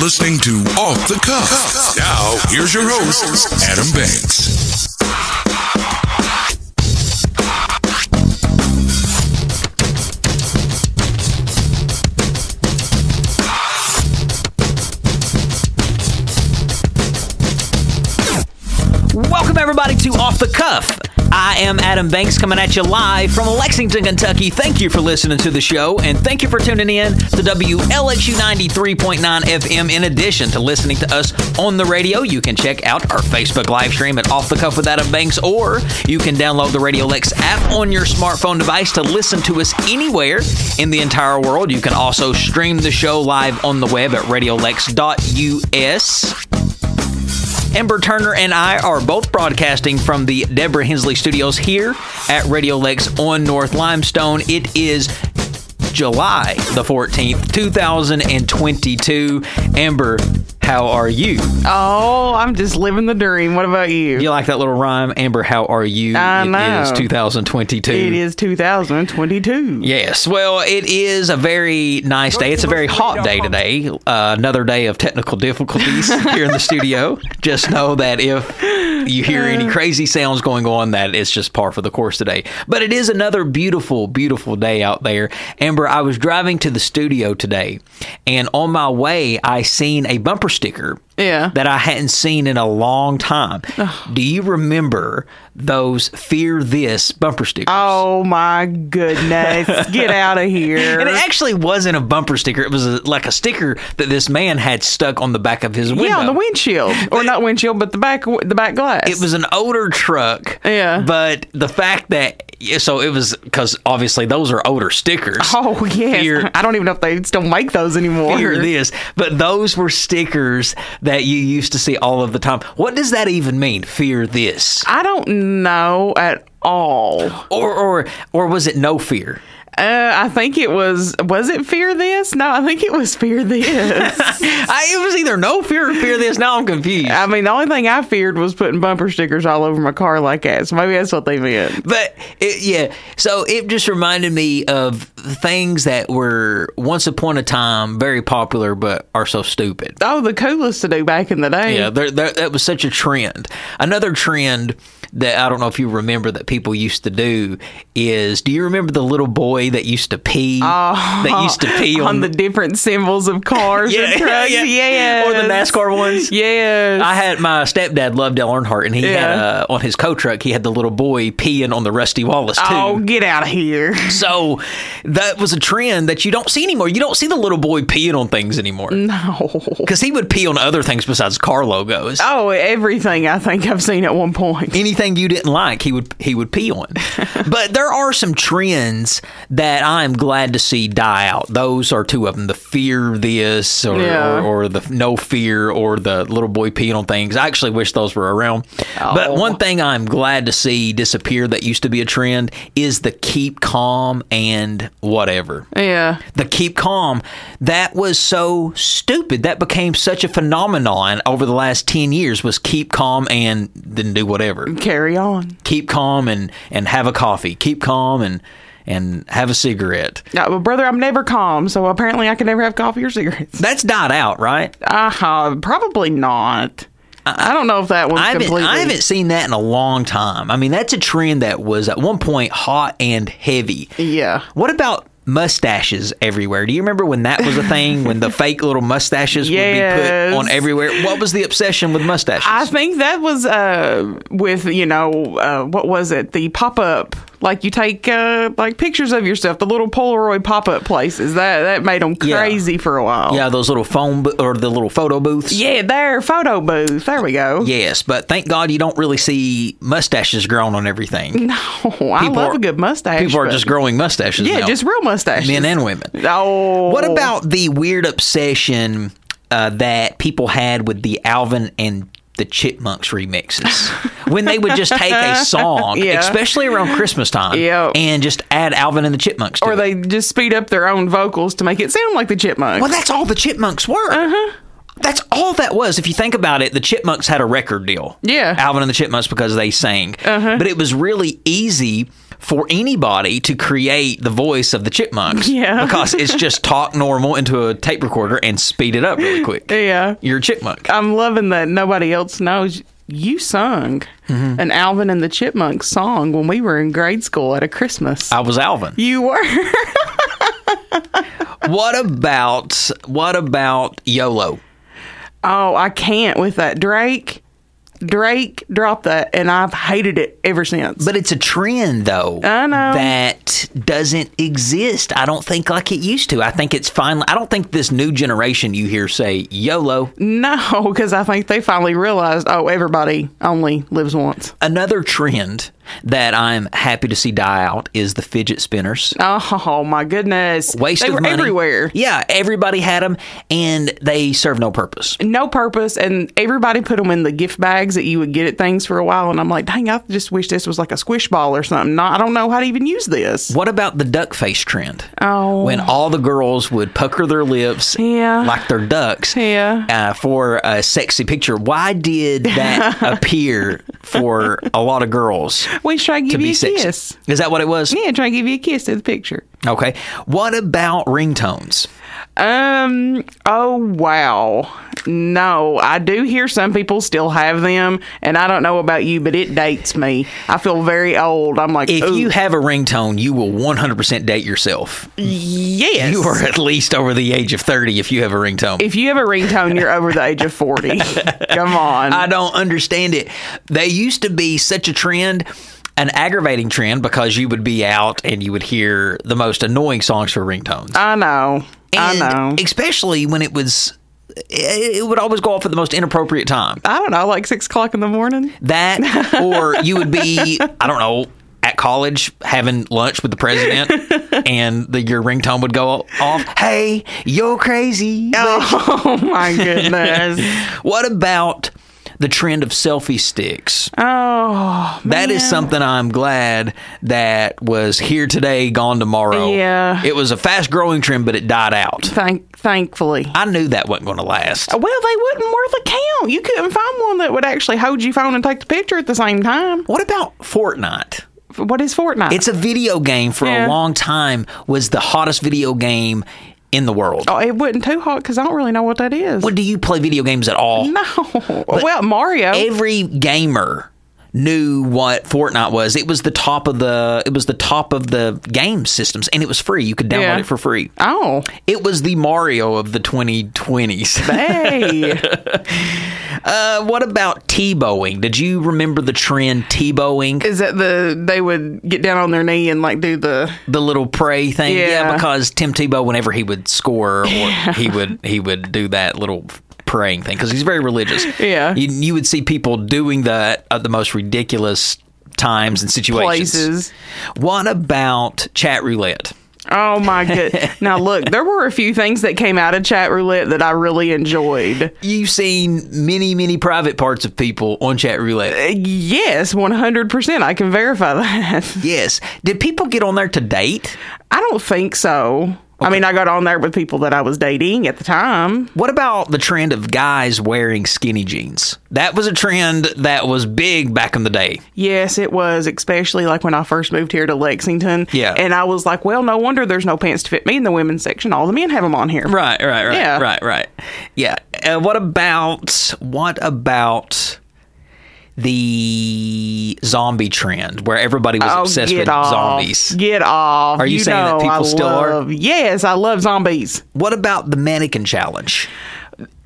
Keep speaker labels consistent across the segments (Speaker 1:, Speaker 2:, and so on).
Speaker 1: listening to Off the Cuff. Now, here's your host, Adam Banks.
Speaker 2: Welcome, everybody, to Off the Cuff. I am Adam Banks coming at you live from Lexington, Kentucky. Thank you for listening to the show and thank you for tuning in to WLXU 93.9 FM. In addition to listening to us on the radio, you can check out our Facebook live stream at Off the Cuff with Adam Banks, or you can download the Radio Lex app on your smartphone device to listen to us anywhere in the entire world. You can also stream the show live on the web at radiolex.us. Ember Turner and I are both broadcasting from the Deborah Hensley Studios here at Radio Lakes on North Limestone. It is July the 14th, 2022. Amber, how are you?
Speaker 3: Oh, I'm just living the dream. What about you?
Speaker 2: You like that little rhyme? Amber, how are you?
Speaker 3: I know.
Speaker 2: It is 2022.
Speaker 3: It is 2022.
Speaker 2: Yes. Well, it is a very nice day. It's a very hot day today. Uh, another day of technical difficulties here in the studio. Just know that if you hear
Speaker 3: Uh.
Speaker 2: any crazy sounds going on, that it's just par for the course today. But it is another beautiful, beautiful day out there. Amber, I was driving to the studio today, and on my way, I seen a bumper sticker
Speaker 3: Yeah.
Speaker 2: that I hadn't seen in a long time. Do you remember those Fear This bumper stickers?
Speaker 3: Oh my goodness. Get out of here.
Speaker 2: And it actually wasn't a bumper sticker. It was a, like a sticker that this man had stuck on the back of his window.
Speaker 3: yeah, on the windshield. Or not windshield, but the back the back glass.
Speaker 2: It was an older truck.
Speaker 3: Yeah.
Speaker 2: But the fact that, yeah, so it was because obviously those are older stickers.
Speaker 3: Oh yes.
Speaker 2: Fear-
Speaker 3: I don't even know if they still make those anymore.
Speaker 2: Fear this, but those were stickers that you used to see all of the time. What does that even mean? Fear this,
Speaker 3: I don't know at all. Uh,
Speaker 2: or or or was it no fear?
Speaker 3: I think it was was it fear this? No, I think it was fear this.
Speaker 2: I, it was either no fear or fear this. Now I'm confused.
Speaker 3: I mean, the only thing I feared was putting bumper stickers all over my car like that. So maybe that's what they meant.
Speaker 2: But it, yeah, so it just reminded me of things that were once upon a time very popular, but are so stupid.
Speaker 3: Oh, the coolest to do back in the day.
Speaker 2: Yeah, there, there, that was such a trend. Another trend that I don't know if you remember that people used to do is, do you remember the little boy that used to pee? that used to pee
Speaker 3: Oh, on the different symbols of cars and trucks. Yeah,
Speaker 2: or the NASCAR ones.
Speaker 3: Yes.
Speaker 2: I had my stepdad loved Dale Earnhardt, and he had
Speaker 3: Yeah.
Speaker 2: uh, on his co truck. He had the little boy peeing on the Rusty Wallace too.
Speaker 3: oh, get out of here.
Speaker 2: So that was a trend that you don't see anymore. You don't see the little boy peeing on things anymore.
Speaker 3: Mm-hmm. No.
Speaker 2: Because he would pee on other things besides car logos.
Speaker 3: Oh, everything I think I've seen at one point.
Speaker 2: Anything you didn't like, he would he would pee on. but there are some trends that I'm glad to see die out. Those are two of them: the fear this, or,
Speaker 3: Yeah.
Speaker 2: or, or the no fear, or the little boy peeing on things. I actually wish those were around.
Speaker 3: Oh.
Speaker 2: But one thing I'm glad to see disappear that used to be a trend is the keep calm and whatever.
Speaker 3: Yeah.
Speaker 2: the keep calm that was so stupid that became such a phenomenon over the last 10 years was keep calm and then do whatever
Speaker 3: Carry on.
Speaker 2: keep calm and and have a coffee keep calm and and have a cigarette
Speaker 3: Yeah, well, brother, I'm never calm, so apparently I can never have coffee or cigarettes.
Speaker 2: that's died out right
Speaker 3: Uh, probably not. I, don't know if that one's
Speaker 2: Uh-uh. I haven't,
Speaker 3: completely.
Speaker 2: I haven't seen that in a long time i mean that's a trend that was at one point hot and heavy
Speaker 3: Yeah.
Speaker 2: what about mustaches everywhere do you remember when that was a thing when the fake little mustaches would be
Speaker 3: Yes.
Speaker 2: put on everywhere what was the obsession with mustaches
Speaker 3: I think that was uh, with you know uh, what was it the pop up like you take uh, like pictures of yourself the little Polaroid pop up places that that made them
Speaker 2: Yeah.
Speaker 3: crazy for a while.
Speaker 2: Yeah, those little phone bo- or the little photo booths.
Speaker 3: Oh. yeah, there photo booth. There we go.
Speaker 2: Yes, but thank God you don't really see mustaches grown on everything.
Speaker 3: Oh, I
Speaker 2: People
Speaker 3: love
Speaker 2: are-
Speaker 3: a good mustache.
Speaker 2: People are
Speaker 3: but-
Speaker 2: just growing mustaches.
Speaker 3: yeah,
Speaker 2: now,
Speaker 3: just real mustaches.
Speaker 2: men and women.
Speaker 3: oh,
Speaker 2: What about the weird obsession uh, that people had with the Alvin and the Chipmunks remixes? when they would just take a song,
Speaker 3: Yeah.
Speaker 2: especially around Christmas time,
Speaker 3: Yep.
Speaker 2: and just add Alvin and the Chipmunks. To
Speaker 3: Or
Speaker 2: it.
Speaker 3: they just speed up their own vocals to make it sound like the chipmunks.
Speaker 2: Well, that's all the Chipmunks were.
Speaker 3: Uh-huh.
Speaker 2: That's all that was. If you think about it, the Chipmunks had a record deal.
Speaker 3: Yeah. Uh-huh.
Speaker 2: Alvin and the Chipmunks because they sang. But it was really easy for anybody to create the voice of the chipmunks.
Speaker 3: Yeah.
Speaker 2: Because it's just talk normal into a tape recorder and speed it up really quick.
Speaker 3: Yeah.
Speaker 2: You're a chipmunk.
Speaker 3: I'm loving that nobody else knows. You sung
Speaker 2: Mm-hmm.
Speaker 3: an Alvin and the Chipmunks song when we were in grade school at a Christmas.
Speaker 2: I was Alvin.
Speaker 3: you were.
Speaker 2: What about what about YOLO?
Speaker 3: Oh, I can't with that Drake. Drake dropped that, and I've hated it ever since.
Speaker 2: But it's a trend, though.
Speaker 3: I know.
Speaker 2: That doesn't exist. I don't think like it used to. I think it's finally, I don't think this new generation you hear say YOLO.
Speaker 3: no, because I think they finally realized, oh, everybody only lives once.
Speaker 2: Another trend that I'm happy to see die out is the fidget spinners.
Speaker 3: Oh my goodness,
Speaker 2: Waste
Speaker 3: they
Speaker 2: of
Speaker 3: were
Speaker 2: money.
Speaker 3: everywhere.
Speaker 2: Yeah, everybody had them and they serve no purpose.
Speaker 3: No purpose, and everybody put them in the gift bags that you would get at things for a while. And I'm like, dang, I just wish this was like a squish ball or something. Not, I don't know how to even use this.
Speaker 2: What about the duck face trend?
Speaker 3: Oh.
Speaker 2: When all the girls would pucker their lips
Speaker 3: Yeah.
Speaker 2: like they're ducks
Speaker 3: Yeah.
Speaker 2: uh, for a sexy picture. Why did that appear for a lot of girls
Speaker 3: We try to give
Speaker 2: to
Speaker 3: you
Speaker 2: be
Speaker 3: a
Speaker 2: sexy?
Speaker 3: kiss.
Speaker 2: Is that what it was?
Speaker 3: Yeah, try to give you a kiss in the picture.
Speaker 2: Okay. What about ringtones?
Speaker 3: Um. Oh wow. No, I do hear some people still have them, and I don't know about you, but it dates me. I feel very old. I'm like,
Speaker 2: If
Speaker 3: "Ooh,
Speaker 2: you have a ringtone, you will 100% date yourself.
Speaker 3: Oh. yes.
Speaker 2: You are at least over the age of 30 if you have a ringtone.
Speaker 3: if you have a ringtone, you're over the age of forty. Come on.
Speaker 2: I don't understand it. They used to be such a trend, an aggravating trend, because you would be out and you would hear the most annoying songs for ringtones.
Speaker 3: I know.
Speaker 2: and
Speaker 3: I know.
Speaker 2: Especially when it was, it it would always go off at the most inappropriate time.
Speaker 3: I don't know. Like six o'clock in the morning.
Speaker 2: That, or you would be, I don't know. At college, having lunch with the president, and the, your ringtone would go off. Hey, you're crazy.
Speaker 3: Oh my goodness.
Speaker 2: What about the trend of selfie sticks?
Speaker 3: oh.
Speaker 2: That is
Speaker 3: man.
Speaker 2: something I'm glad that was here today, gone tomorrow.
Speaker 3: Yeah.
Speaker 2: It was a fast growing trend, but it died out.
Speaker 3: Thank. Thankfully.
Speaker 2: I knew that wasn't going to last.
Speaker 3: Uh, Well, they wouldn't worth a count. You couldn't find one that would actually hold your phone and take the picture at the same time.
Speaker 2: What about Fortnite?
Speaker 3: F- What is Fortnite?
Speaker 2: It's a video game for
Speaker 3: Yeah.
Speaker 2: a long time was the hottest video game in the world.
Speaker 3: Oh, it wasn't too hot because I don't really know what that is.
Speaker 2: Well, do you play video games at all?
Speaker 3: no. well, Mario.
Speaker 2: Every gamer knew what Fortnite was. It was the top of the it was the top of the game systems and it was free. You could download
Speaker 3: Yeah.
Speaker 2: it for free.
Speaker 3: oh,
Speaker 2: It was the Mario of the 2020s.
Speaker 3: hey.
Speaker 2: Uh, what about T-bowing? Did you remember the trend T-bowing?
Speaker 3: is that the they would get down on their knee and like do the
Speaker 2: The little prey thing?
Speaker 3: Yeah.
Speaker 2: because Tim Tebow, whenever he would score, or he would he would do that little praying thing because he's very religious.
Speaker 3: Yeah.
Speaker 2: you, you would see people doing that at the most ridiculous times and situations.
Speaker 3: places?
Speaker 2: What about chat roulette?
Speaker 3: Oh my good. now look, there were a few things that came out of chat roulette that I really enjoyed.
Speaker 2: You've seen many many private parts of people on chat
Speaker 3: Eh.
Speaker 2: roulette.
Speaker 3: Yes, one hundred percent. I can verify that.
Speaker 2: Yes, did people get on there to date?
Speaker 3: I don't think so. I mean, I got on there with people that I was dating at the time.
Speaker 2: What about the trend of guys wearing skinny jeans? That was a trend that was big back in the day.
Speaker 3: Yes, it was, especially like when I first moved here to Lexington.
Speaker 2: Yeah.
Speaker 3: And I was like, well, no wonder there's no pants to fit me in the women's section. All the men have them on here.
Speaker 2: Right, right, right,
Speaker 3: Yeah.
Speaker 2: right, right. Yeah. Uh, what about what about the zombie trend where everybody was
Speaker 3: Oh,
Speaker 2: obsessed
Speaker 3: get
Speaker 2: with
Speaker 3: off.
Speaker 2: zombies?
Speaker 3: Get off.
Speaker 2: Are you saying that
Speaker 3: know I
Speaker 2: people still are?
Speaker 3: love- Yes, I love zombies.
Speaker 2: What about the mannequin challenge?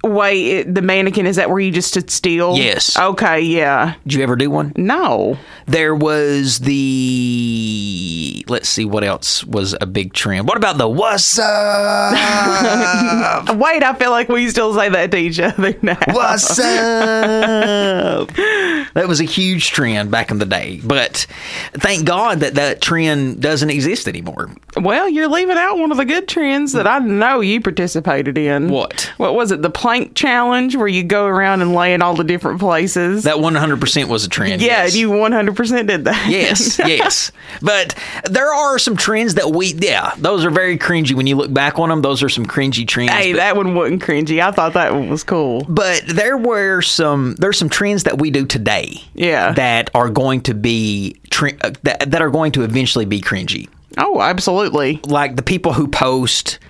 Speaker 3: Wait, it, the mannequin, is that where you just stood still?
Speaker 2: Yes.
Speaker 3: Okay, yeah.
Speaker 2: Did you ever do one?
Speaker 3: No.
Speaker 2: There was the let's see what else was a big trend. What about the what's up?
Speaker 3: Wait, I feel like we still say that to each other now.
Speaker 2: What's up? that was a huge trend back in the day, but thank God that that trend doesn't exist anymore.
Speaker 3: Well, you're leaving out one of the good trends that I know you participated in.
Speaker 2: What?
Speaker 3: What was it? The plank challenge where you go around and lay in all the different places.
Speaker 2: That 100% was a trend.
Speaker 3: yeah,
Speaker 2: yes.
Speaker 3: you 100% did that.
Speaker 2: Yes, yes. But there are some trends that we, yeah, those are very cringy when you look back on them. Those are some cringy trends.
Speaker 3: Hey,
Speaker 2: but-
Speaker 3: that one wasn't cringy. I thought that one was cool.
Speaker 2: but there were some there's some trends that we do today
Speaker 3: Yeah.
Speaker 2: that are going to be tre- uh, that, that are going to eventually be cringy
Speaker 3: Oh, absolutely.
Speaker 2: like the people who post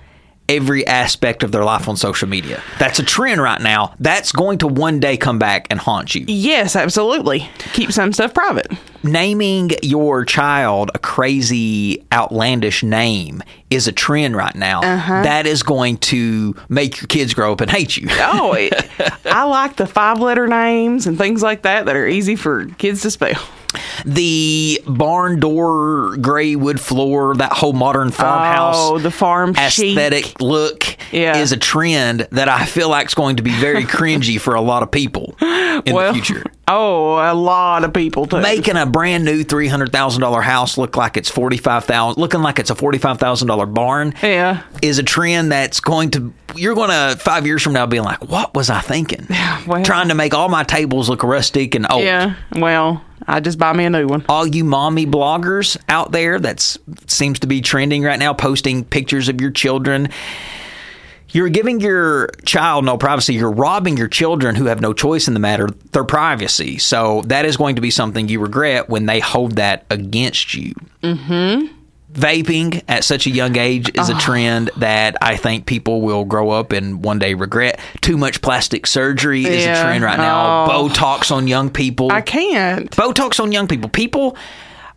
Speaker 2: every aspect of their life on social media that's a trend right now that's going to one day come back and haunt you
Speaker 3: Yes, absolutely. Keep some stuff private.
Speaker 2: naming your child a crazy outlandish name is a trend right now
Speaker 3: Uh-huh.
Speaker 2: That is going to make your kids grow up and hate you
Speaker 3: Oh, it, I like the five letter names and things like that that are easy for kids to spell.
Speaker 2: the barn door, gray wood floor, that whole modern farmhouse
Speaker 3: Oh, the farm chic.
Speaker 2: aesthetic look
Speaker 3: Yeah.
Speaker 2: is a trend that I feel like is going to be very cringy for a lot of people in
Speaker 3: Well,
Speaker 2: the future.
Speaker 3: Oh, a lot of people too.
Speaker 2: Making a brand new three hundred thousand dollar house look like it's forty five thousand, looking like it's a forty five thousand dollar barn,
Speaker 3: Yeah.
Speaker 2: is a trend that's going to you're going to five years from now being like, what was I thinking?
Speaker 3: well.
Speaker 2: Trying to make all my tables look rustic and old.
Speaker 3: Yeah. Well, I just buy me a new one.
Speaker 2: all you mommy bloggers out there that's seems to be trending right now posting pictures of your children you're giving your child no privacy you're robbing your children who have no choice in the matter their privacy so that is going to be something you regret when they hold that against you mm-hmm Vaping at such a young age is a trend that I think people will grow up and one day regret. Too much plastic surgery is a
Speaker 3: Yeah.
Speaker 2: trend right now.
Speaker 3: Oh.
Speaker 2: Botox on young people.
Speaker 3: I can't.
Speaker 2: Botox on young people. People,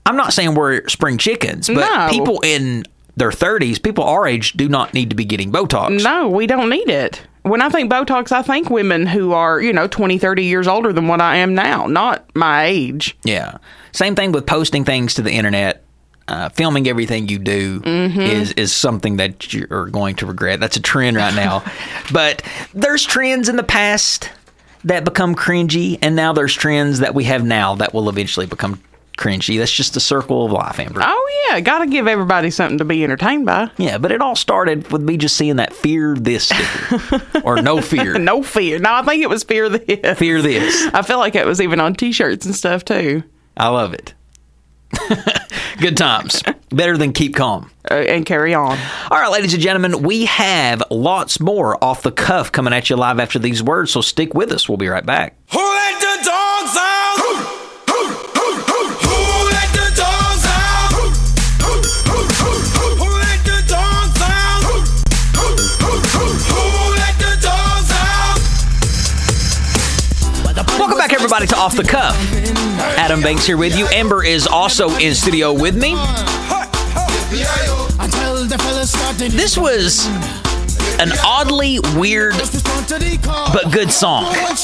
Speaker 2: I'm not saying we're spring chickens, but
Speaker 3: No.
Speaker 2: people in their 30s, people our age, do not need to be getting Botox.
Speaker 3: No, we don't need it. When I think Botox, I think women who are, you know, 20, 30 years older than what I am now, not my age.
Speaker 2: Yeah. Same thing with posting things to the internet. Uh, filming everything you do
Speaker 3: Mm-hmm.
Speaker 2: is is something that you're going to regret. That's a trend right now. but there's trends in the past that become cringy, and now there's trends that we have now that will eventually become cringy. That's just the circle of life, Amber.
Speaker 3: Oh, yeah. Got to give everybody something to be entertained by.
Speaker 2: Yeah, but it all started with me just seeing that fear this sticker or no fear.
Speaker 3: No fear. No, I think it was fear this.
Speaker 2: Fear this.
Speaker 3: I feel like it was even on t shirts and stuff too.
Speaker 2: I love it. Good times. Better than keep calm.
Speaker 3: Uh, and carry on.
Speaker 2: All right, ladies and gentlemen, we have lots more off the cuff coming at you live after these words, so stick with us. We'll be right back.
Speaker 4: Who let the dogs out? Who, who, who, who, who let the dogs out? Who, who, who, who, who, who let the dogs out? Who, who, who, who, who let the dogs out?
Speaker 2: Welcome back, everybody, to Off the Cuff. Adam Banks here with you. Amber is also in studio with me. This was an oddly weird but good song.
Speaker 4: Who let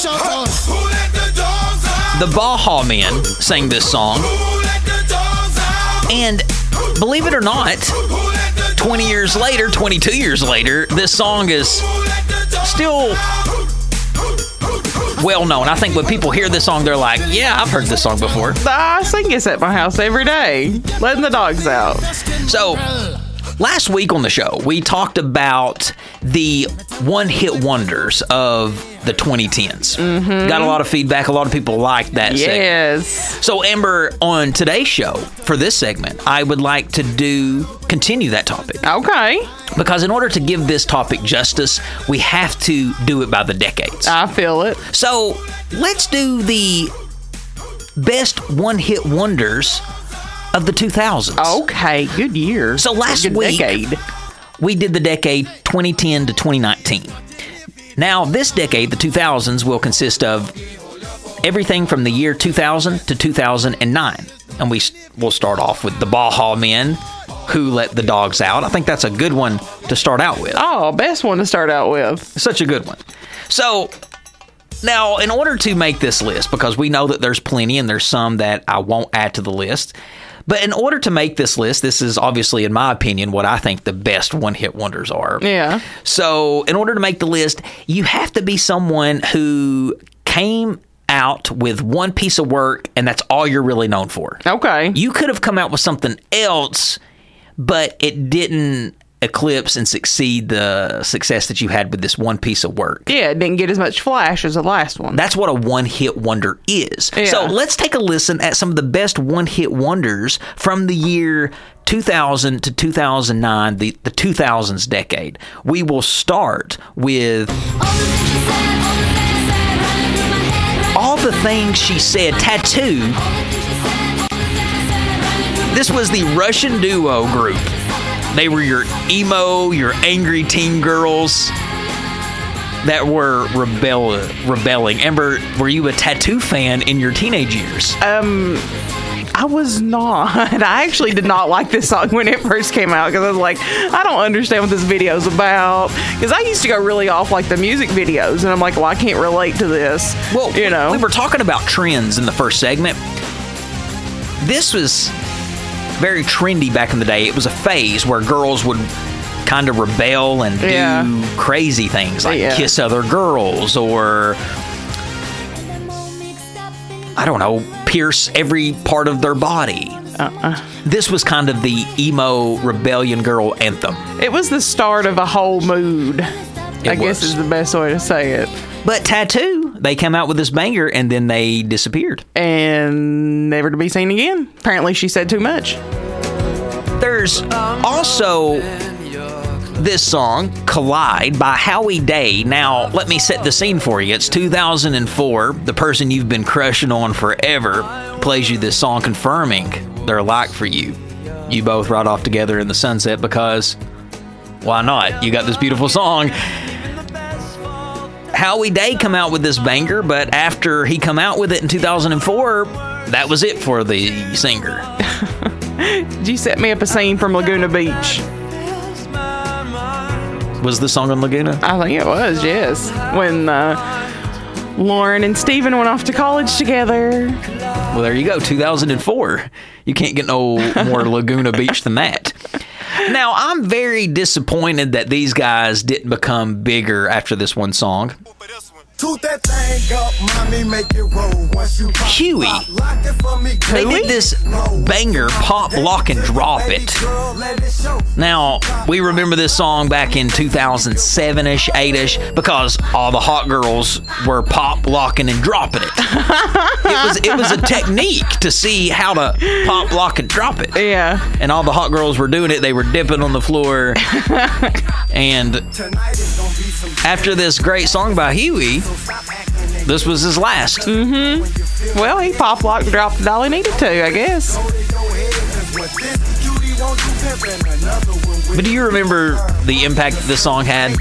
Speaker 4: the dogs out?
Speaker 2: The Baja Men sang this song,
Speaker 4: Who let the dogs out?
Speaker 2: and believe it or not,
Speaker 4: Who let the
Speaker 2: 20 years later, 22 years later, this song is
Speaker 4: Who let the dogs
Speaker 2: still
Speaker 4: out? Who, who, who, who?
Speaker 2: well known. I think when people hear this song, they're like, yeah, I've heard this song before.
Speaker 3: I sing this at my house every day, letting the dogs out.
Speaker 2: So, last week on the show, we talked about the one hit wonders of the 2010s. Got a lot of feedback. A lot of people liked that segment.
Speaker 3: Yes.
Speaker 2: So, Amber, on today's show, for this segment, I would like to do continue that topic.
Speaker 3: Okay.
Speaker 2: Because in order to give this topic justice, we have to do it by the decades.
Speaker 3: I feel it.
Speaker 2: So let's do the best one hit wonders of the 2000s.
Speaker 3: Okay. Good year.
Speaker 2: So last
Speaker 3: good
Speaker 2: week-
Speaker 3: decade.
Speaker 2: We did the decade 2010 to 2019. Now, this decade, the 2000s, will consist of everything from the year 2000 to 2009. And we s- will start off with the Baja Men, Who Let the Dogs Out. I think that's a good one to start out with.
Speaker 3: Oh, best one to start out with.
Speaker 2: Such a good one. So now, in order to make this list, because we know that there's plenty and there's some that I won't add to the list, but in order to make this list, this is obviously, in my opinion, what I think the best one hit wonders are.
Speaker 3: Yeah.
Speaker 2: So, in order to make the list, you have to be someone who came out with one piece of work and that's all you're really known for.
Speaker 3: Okay.
Speaker 2: You could have come out with something else, but it didn't eclipse and succeed the success that you had with this one piece of work.
Speaker 3: yeah, it didn't get as much flash as the last one.
Speaker 2: That's what a one hit wonder is.
Speaker 3: Yeah.
Speaker 2: So let's take a listen at some of the best one hit wonders from the year 2000 to 2009, the, the 2000s decade. We will start with all the things she said tattoo. This was the Russian duo group. They were your emo, your angry teen girls that were rebel rebelling. Amber, were you a tattoo fan in your teenage years?
Speaker 3: Uh, I was not. I actually did not like this song when it first came out because I was like, I don't understand what this video's about. Because I used to go really off like the music videos, and I'm like, well, I can't relate to this.
Speaker 2: Well,
Speaker 3: you
Speaker 2: we-
Speaker 3: know,
Speaker 2: we were talking about trends in the first segment. This was very trendy back in the day. It was a phase where girls would kind of rebel and do
Speaker 3: Yeah.
Speaker 2: crazy things like
Speaker 3: Yeah.
Speaker 2: kiss other girls or I don't know, pierce every part of their body.
Speaker 3: Uh-uh.
Speaker 2: This was kind of the emo rebellion girl anthem.
Speaker 3: it was the start of a whole mood. I guess
Speaker 2: was.
Speaker 3: is the best way to say it.
Speaker 2: But Tattoo, they came out with this banger and then they disappeared.
Speaker 3: And never to be seen again. Apparently, she said too much.
Speaker 2: There's also this song, Collide, by Howie Day. Now, let me set the scene for you. It's 2004. The person you've been crushing on forever plays you this song, confirming their like for you. You both ride off together in the sunset because why not? You got this beautiful song. Howie Day come out with this banger, but after he come out with it in 2004, that was it for the singer.
Speaker 3: You set me up a scene from Laguna Beach.
Speaker 2: Was the song on Laguna?
Speaker 3: I think it was, yes. When uh, Lauren and Steven went off to college together.
Speaker 2: Well, there you go. 2004. You can't get no more Laguna Beach than that. Now, I'm very disappointed that these guys didn't become bigger after this one song.
Speaker 5: Toot that thing up, mommy, make it roll. Once you pop,
Speaker 2: Huey.
Speaker 5: pop, lock it for me,
Speaker 2: They
Speaker 5: girl.
Speaker 2: did this banger, Pop, Lock, and Drop It.
Speaker 5: Girl, let it show.
Speaker 2: Now, we remember this song back in 2007 ish, 8 ish, because all the hot girls were pop locking and dropping it. it, was, it was a technique to see how to pop, lock, and drop it.
Speaker 3: Yeah.
Speaker 2: and all the hot girls were doing it. They were dipping on the floor. and
Speaker 5: Tonight is gonna be some
Speaker 2: after this great song by Huey, this was his last.
Speaker 3: Well, he pop locked, dropped all he needed to, I guess.
Speaker 2: But do you remember the impact that this song had?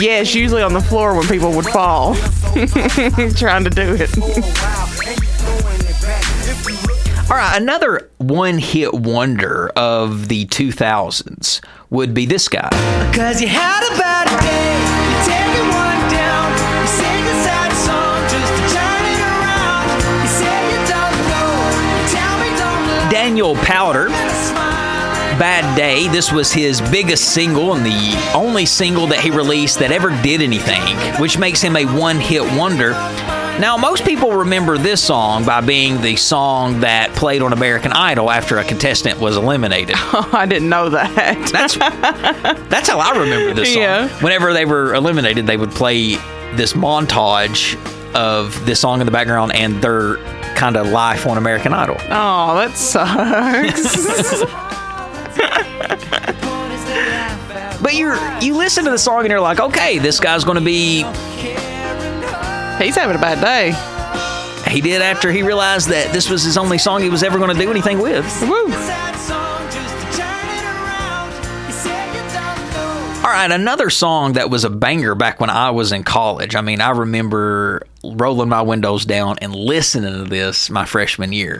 Speaker 3: Yes, usually on the floor when people would fall trying to do it.
Speaker 2: All right, another one hit wonder of the 2000s would be this guy.
Speaker 6: Cause you had a bad day, you take it one down, you sing a sad song just to turn it around. You say you don't know, you tell me don't lie,
Speaker 2: Daniel Powder,
Speaker 6: and I smile.
Speaker 2: Bad Day. This was his biggest single and the only single that he released that ever did anything, which makes him a one hit wonder. Now, most people remember this song by being the song that played on American Idol after a contestant was eliminated.
Speaker 3: I didn't know that.
Speaker 2: That's that's how I remember this song.
Speaker 3: Yeah.
Speaker 2: Whenever they were eliminated, they would play this montage of this song in the background and their kind of life on American Idol.
Speaker 3: Oh, that sucks.
Speaker 2: But you're you listen to the song and you're like, okay, this guy's going to be
Speaker 3: He's having a bad day.
Speaker 2: He did after he realized that this was his only song he was ever going to do anything with.
Speaker 3: Woo.
Speaker 6: Sad song just to turn it around. You say you don't know,
Speaker 2: All right, another song that was a banger back when I was in college. I mean, I remember rolling my windows down and listening to this my freshman year.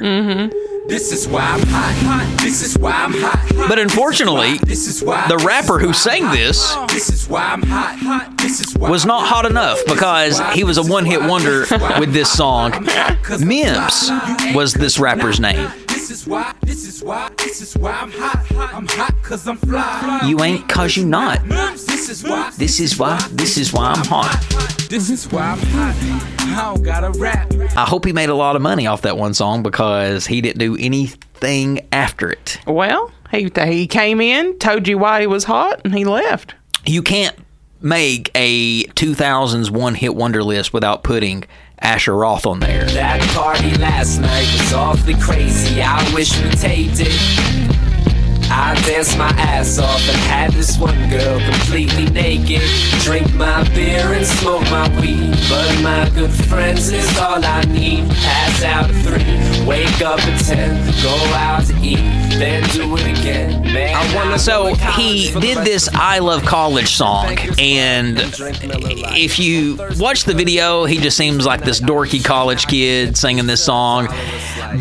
Speaker 4: This is why I'm hot, hot. This is why I'm hot. hot.
Speaker 2: But unfortunately,
Speaker 4: This is why
Speaker 2: the rapper who sang this
Speaker 4: This is why I'm hot, hot. This is why
Speaker 2: was not hot enough because he was a one hit wonder with this song. Mims was this rapper's name.
Speaker 4: This is why, this is why, this is why I'm hot, hot. I'm hot cause I'm fly.
Speaker 2: You ain't cause you not.
Speaker 4: This is why,
Speaker 2: This is why, this is why I'm hot.
Speaker 4: this is why I'm hot. I don't gotta rap.
Speaker 2: I hope he made a lot of money off that one song because he didn't do anything after it.
Speaker 3: Well, he, he came in, told you why he was hot, and he left.
Speaker 2: You can't make a 2000s one hit wonder list without putting Asher Roth on there.
Speaker 7: That party last night was awfully crazy. I wish we taped it. I danced my ass off and had this one girl completely naked. Drink my beer and smoke my weed. But my good friends is all I need. Pass out at three, wake up at ten, go out to eat, then do it again. Man, I wanna
Speaker 2: So
Speaker 7: go to college
Speaker 2: he
Speaker 7: for the
Speaker 2: did
Speaker 7: rest
Speaker 2: this I Love College song, and if you watch the video, he just seems like this dorky college kid singing this song.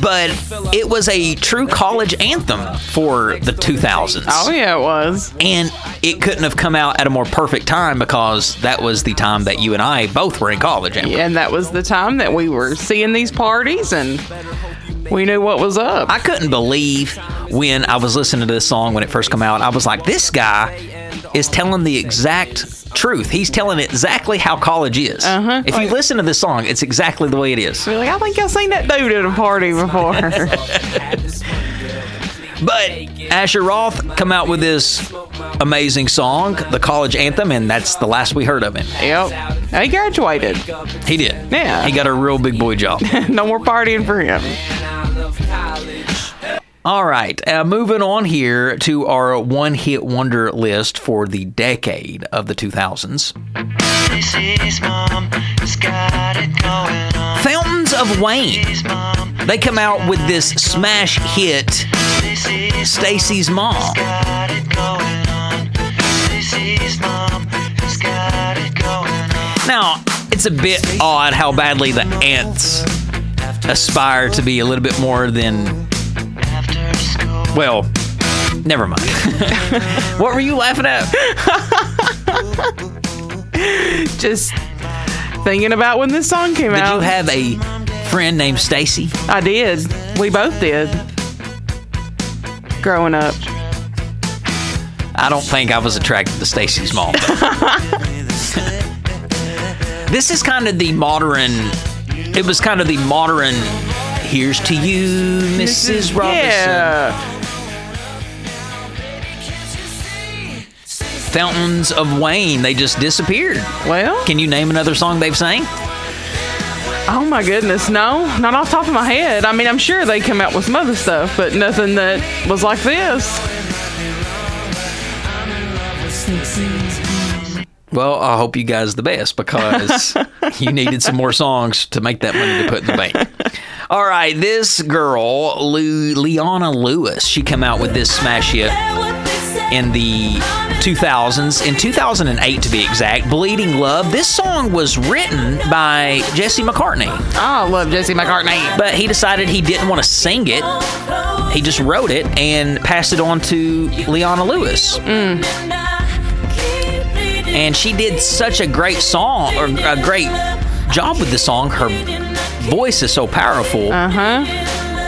Speaker 2: But it was a true college anthem for the 2000s.
Speaker 3: Oh yeah, it was.
Speaker 2: And it couldn't have come out at a more perfect time because that was the time that you and I both were in college. Amber.
Speaker 3: And that was the time that we were seeing these parties and we knew what was up.
Speaker 2: I couldn't believe when I was listening to this song when it first came out. I was like, this guy is telling the exact truth. He's telling exactly how college is.
Speaker 3: Uh-huh.
Speaker 2: If you listen to this song, it's exactly the way it is.
Speaker 3: We're like, I think I've seen that dude at a party before.
Speaker 2: But Asher Roth come out with this amazing song, the college anthem, and that's the last we heard of him.
Speaker 3: yep. He graduated.
Speaker 2: He did.
Speaker 3: Yeah.
Speaker 2: He got a real big boy job.
Speaker 3: No more partying for him.
Speaker 2: All right, uh, moving on here to our one hit wonder list for the decade of the 2000s. Fountains of Wayne. They come out with this smash hit, Stacy's Mom. Now, it's a bit odd how badly the ants aspire to be a little bit more than. Well, never mind. what were you laughing at?
Speaker 3: Just thinking about when this song came
Speaker 2: Did
Speaker 3: out.
Speaker 2: you have a friend named Stacy?
Speaker 3: I did. We both did. Growing up.
Speaker 2: I don't think I was attracted to Stacy's mom. this is kind of the modern. It was kind of the modern. Here's to you, Mrs. Robinson.
Speaker 3: Yeah.
Speaker 2: Fountains of Wayne. They just disappeared.
Speaker 3: Well,
Speaker 2: Can you name another song they've sang?
Speaker 3: oh my goodness, no, not off the top of my head. I mean, I'm sure they come out with some other stuff, but nothing that was like this.
Speaker 2: Well, I hope you guys the best because you needed some more songs to make that money to put in the bank. All right, this girl, Lu- Leanna Lewis, she came out with this smash hit in the 2000s, in 2008 to be exact, Bleeding Love. This song was written by Jesse McCartney,
Speaker 3: I love Jesse McCartney.
Speaker 2: but he decided he didn't want to sing it. He just wrote it and passed it on to Leanna Lewis. and she did such a great song or a great job with the song. Her voice is so powerful,
Speaker 3: Uh huh.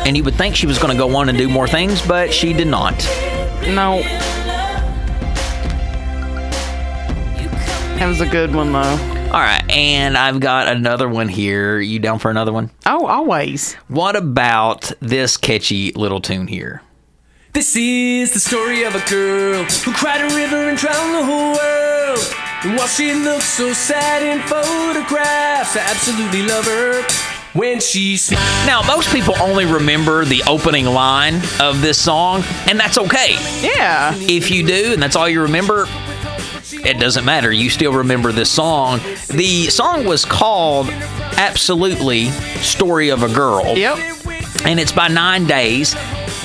Speaker 2: and you would think she was going to go on and do more things, but she did not.
Speaker 3: No, that was a good one though.
Speaker 2: All right, and I've got another one here. You down for another one?
Speaker 3: Oh, always.
Speaker 2: What about this catchy little tune here?
Speaker 7: This is the story of a girl who cried a river and drowned the whole world. And while she looks so sad in photographs, I absolutely love her when she smiles.
Speaker 2: Now, most people only remember the opening line of this song, and that's okay.
Speaker 3: Yeah.
Speaker 2: If you do, and that's all you remember, it doesn't matter. You still remember this song. The song was called Absolutely Story of a Girl.
Speaker 3: Yep.
Speaker 2: And it's by Nine Days.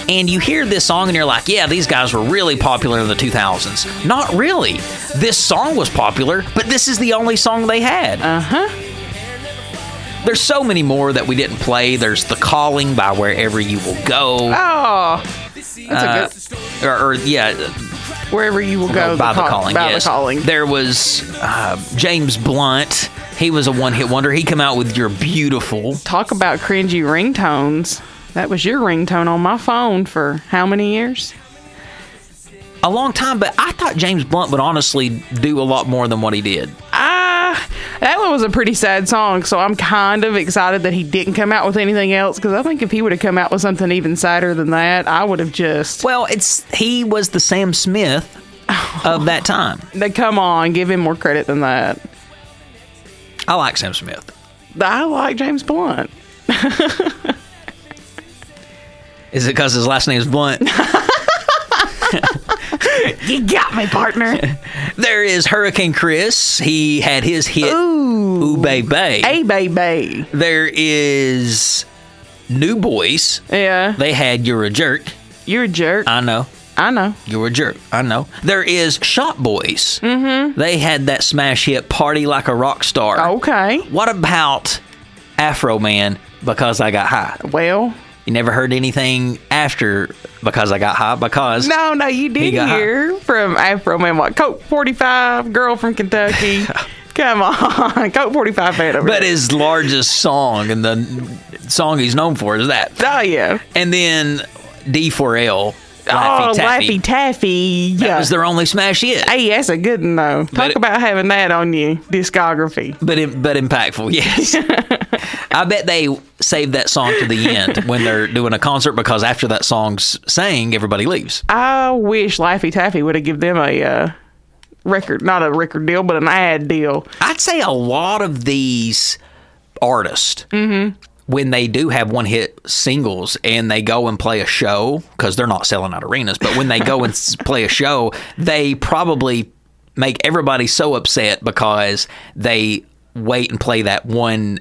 Speaker 2: And you hear this song and you're like, yeah, these guys were really popular in the 2000s. Not really. This song was popular, but this is the only song they had.
Speaker 3: Uh huh.
Speaker 2: There's so many more that we didn't play. There's The Calling by Wherever You Will Go.
Speaker 3: Oh, that's a
Speaker 2: Or, or yeah, uh, oh,
Speaker 3: good. Wherever you will go,
Speaker 2: by the,
Speaker 3: call-
Speaker 2: calling.
Speaker 3: By
Speaker 2: yes.
Speaker 3: the calling.
Speaker 2: There was uh, James Blunt. He was a one-hit wonder. He came out with "You're Beautiful."
Speaker 3: Talk about cringy ringtones. That was your ringtone on my phone for how many years?
Speaker 2: A long time, but I thought James Blunt would honestly do a lot more than what he did.
Speaker 3: Ah, that one was a pretty sad song. So I'm kind of excited that he didn't come out with anything else because I think if he would have come out with something even sadder than that, I would have just
Speaker 2: Well, it's he was the Sam Smith
Speaker 3: Oh.
Speaker 2: of that time.
Speaker 3: They come on, give him more credit than that.
Speaker 2: I like Sam Smith.
Speaker 3: I like James Blunt.
Speaker 2: Is it because his last name is Blunt?
Speaker 3: You got me, partner.
Speaker 2: there is Hurricane Chris. He had his hit Ooh, Bay Bay.
Speaker 3: hey, baby.
Speaker 2: There is New Boys.
Speaker 3: Yeah, Uh,
Speaker 2: They had You're a Jerk.
Speaker 3: you're a jerk.
Speaker 2: I know.
Speaker 3: I know.
Speaker 2: You're a jerk. I know. There is Shop Boys. Mm-hmm. They had that smash hit Party Like a Rock Star.
Speaker 3: Okay.
Speaker 2: What about Afro Man because I got high?
Speaker 3: Well,
Speaker 2: You never heard anything after because I got high because
Speaker 3: no, no, you did
Speaker 2: got high.
Speaker 3: hear from Afro Man, what? Coke 45, girl from Kentucky. Come on, Coke 45 fan over
Speaker 2: but
Speaker 3: here.
Speaker 2: his largest song and the song he's known for is that.
Speaker 3: Oh, yeah.
Speaker 2: And then D4L, Laffy
Speaker 3: oh,
Speaker 2: Taffy.
Speaker 3: Laffy Taffy.
Speaker 2: That
Speaker 3: Yeah.
Speaker 2: was their only smash hit,
Speaker 3: hey, that's a good one, though. Talk
Speaker 2: it-
Speaker 3: about having that on your discography.
Speaker 2: but im- but impactful. Yes, I bet they save that song to the end when they're doing a concert because after that song's sang, everybody leaves.
Speaker 3: I wish Laffy Taffy would have given them a uh, record, not a record deal, but an ad deal.
Speaker 2: I'd say a lot of these artists,
Speaker 3: Mm-hmm.
Speaker 2: when they do have one hit singles and they go and play a show, because they're not selling out arenas, but when they go and s- play a show, they probably make everybody so upset because they wait and play that one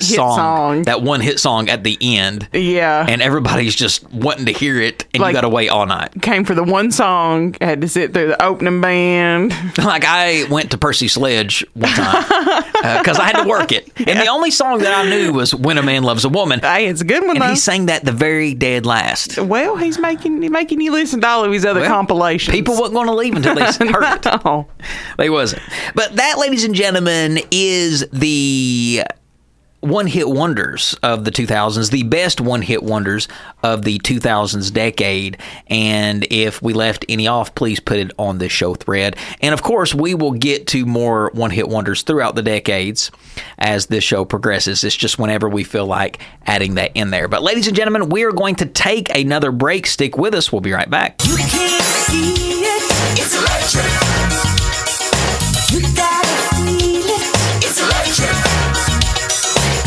Speaker 2: song,
Speaker 3: song.
Speaker 2: that one hit song at the end.
Speaker 3: Yeah.
Speaker 2: And everybody's just wanting to hear it, and you
Speaker 3: Like-
Speaker 2: got to wait all night.
Speaker 3: Came for the one song, had to sit through the opening band.
Speaker 2: Like I went to Percy Sledge one time because I had to work it, and the only song that I knew was "When a Man Loves a Woman,"
Speaker 3: Hey, it's a good one,
Speaker 2: and
Speaker 3: though.
Speaker 2: he sang that the very dead last.
Speaker 3: well, he's making he's making you listen to all of his other
Speaker 2: Well,
Speaker 3: compilations.
Speaker 2: People wasn't going to leave until they heard it.
Speaker 3: Oh,
Speaker 2: They wasn't. But that, ladies and gentlemen, is the one-hit wonders of the 2000s, the best one-hit wonders of the 2000s decade. And if we left any off, please put it on the show thread. And of course, we will get to more one-hit wonders throughout the decades as this show progresses. It's just whenever we feel like adding that in there. But ladies and gentlemen, we are going to take another break. Stick with us. We'll be right back.
Speaker 6: You can't see it. It's electric. You gotta feel it. It's electric.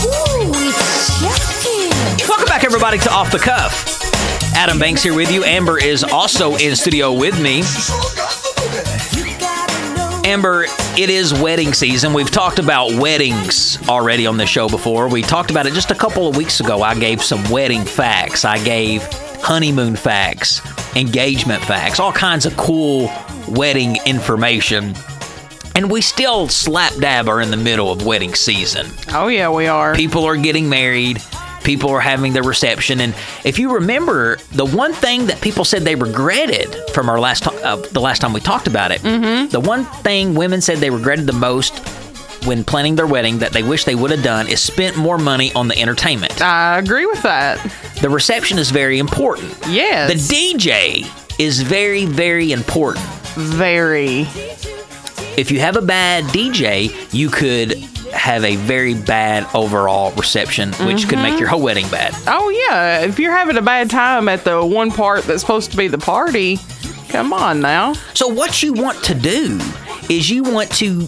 Speaker 6: Ooh, it's shocking.
Speaker 2: Welcome back, everybody, to Off the Cuff. Adam Banks here with you. Amber is also in studio with me.
Speaker 6: You gotta know.
Speaker 2: Amber, it is wedding season. We've talked about weddings already on the show before. We talked about it just a couple of weeks ago. I gave some wedding facts, I gave honeymoon facts, engagement facts, all kinds of cool wedding information. And we still slap dab are in the middle of wedding season
Speaker 3: oh yeah, we are.
Speaker 2: people are getting married people are having their reception and if you remember the one thing that people said they regretted from our last to- uh, the last time we talked about it the one thing women said they regretted the most when planning their wedding that they wish they would have done is spent more money on the entertainment
Speaker 3: I agree with that.
Speaker 2: the reception is very important
Speaker 3: Yes,
Speaker 2: the dj is very very important
Speaker 3: very.
Speaker 2: if you have a bad DJ, you could have a very bad overall reception, which could make your whole wedding bad.
Speaker 3: Oh yeah, if you're having a bad time at the one part that's supposed to be the party, come on now.
Speaker 2: So, what you want to do is you want to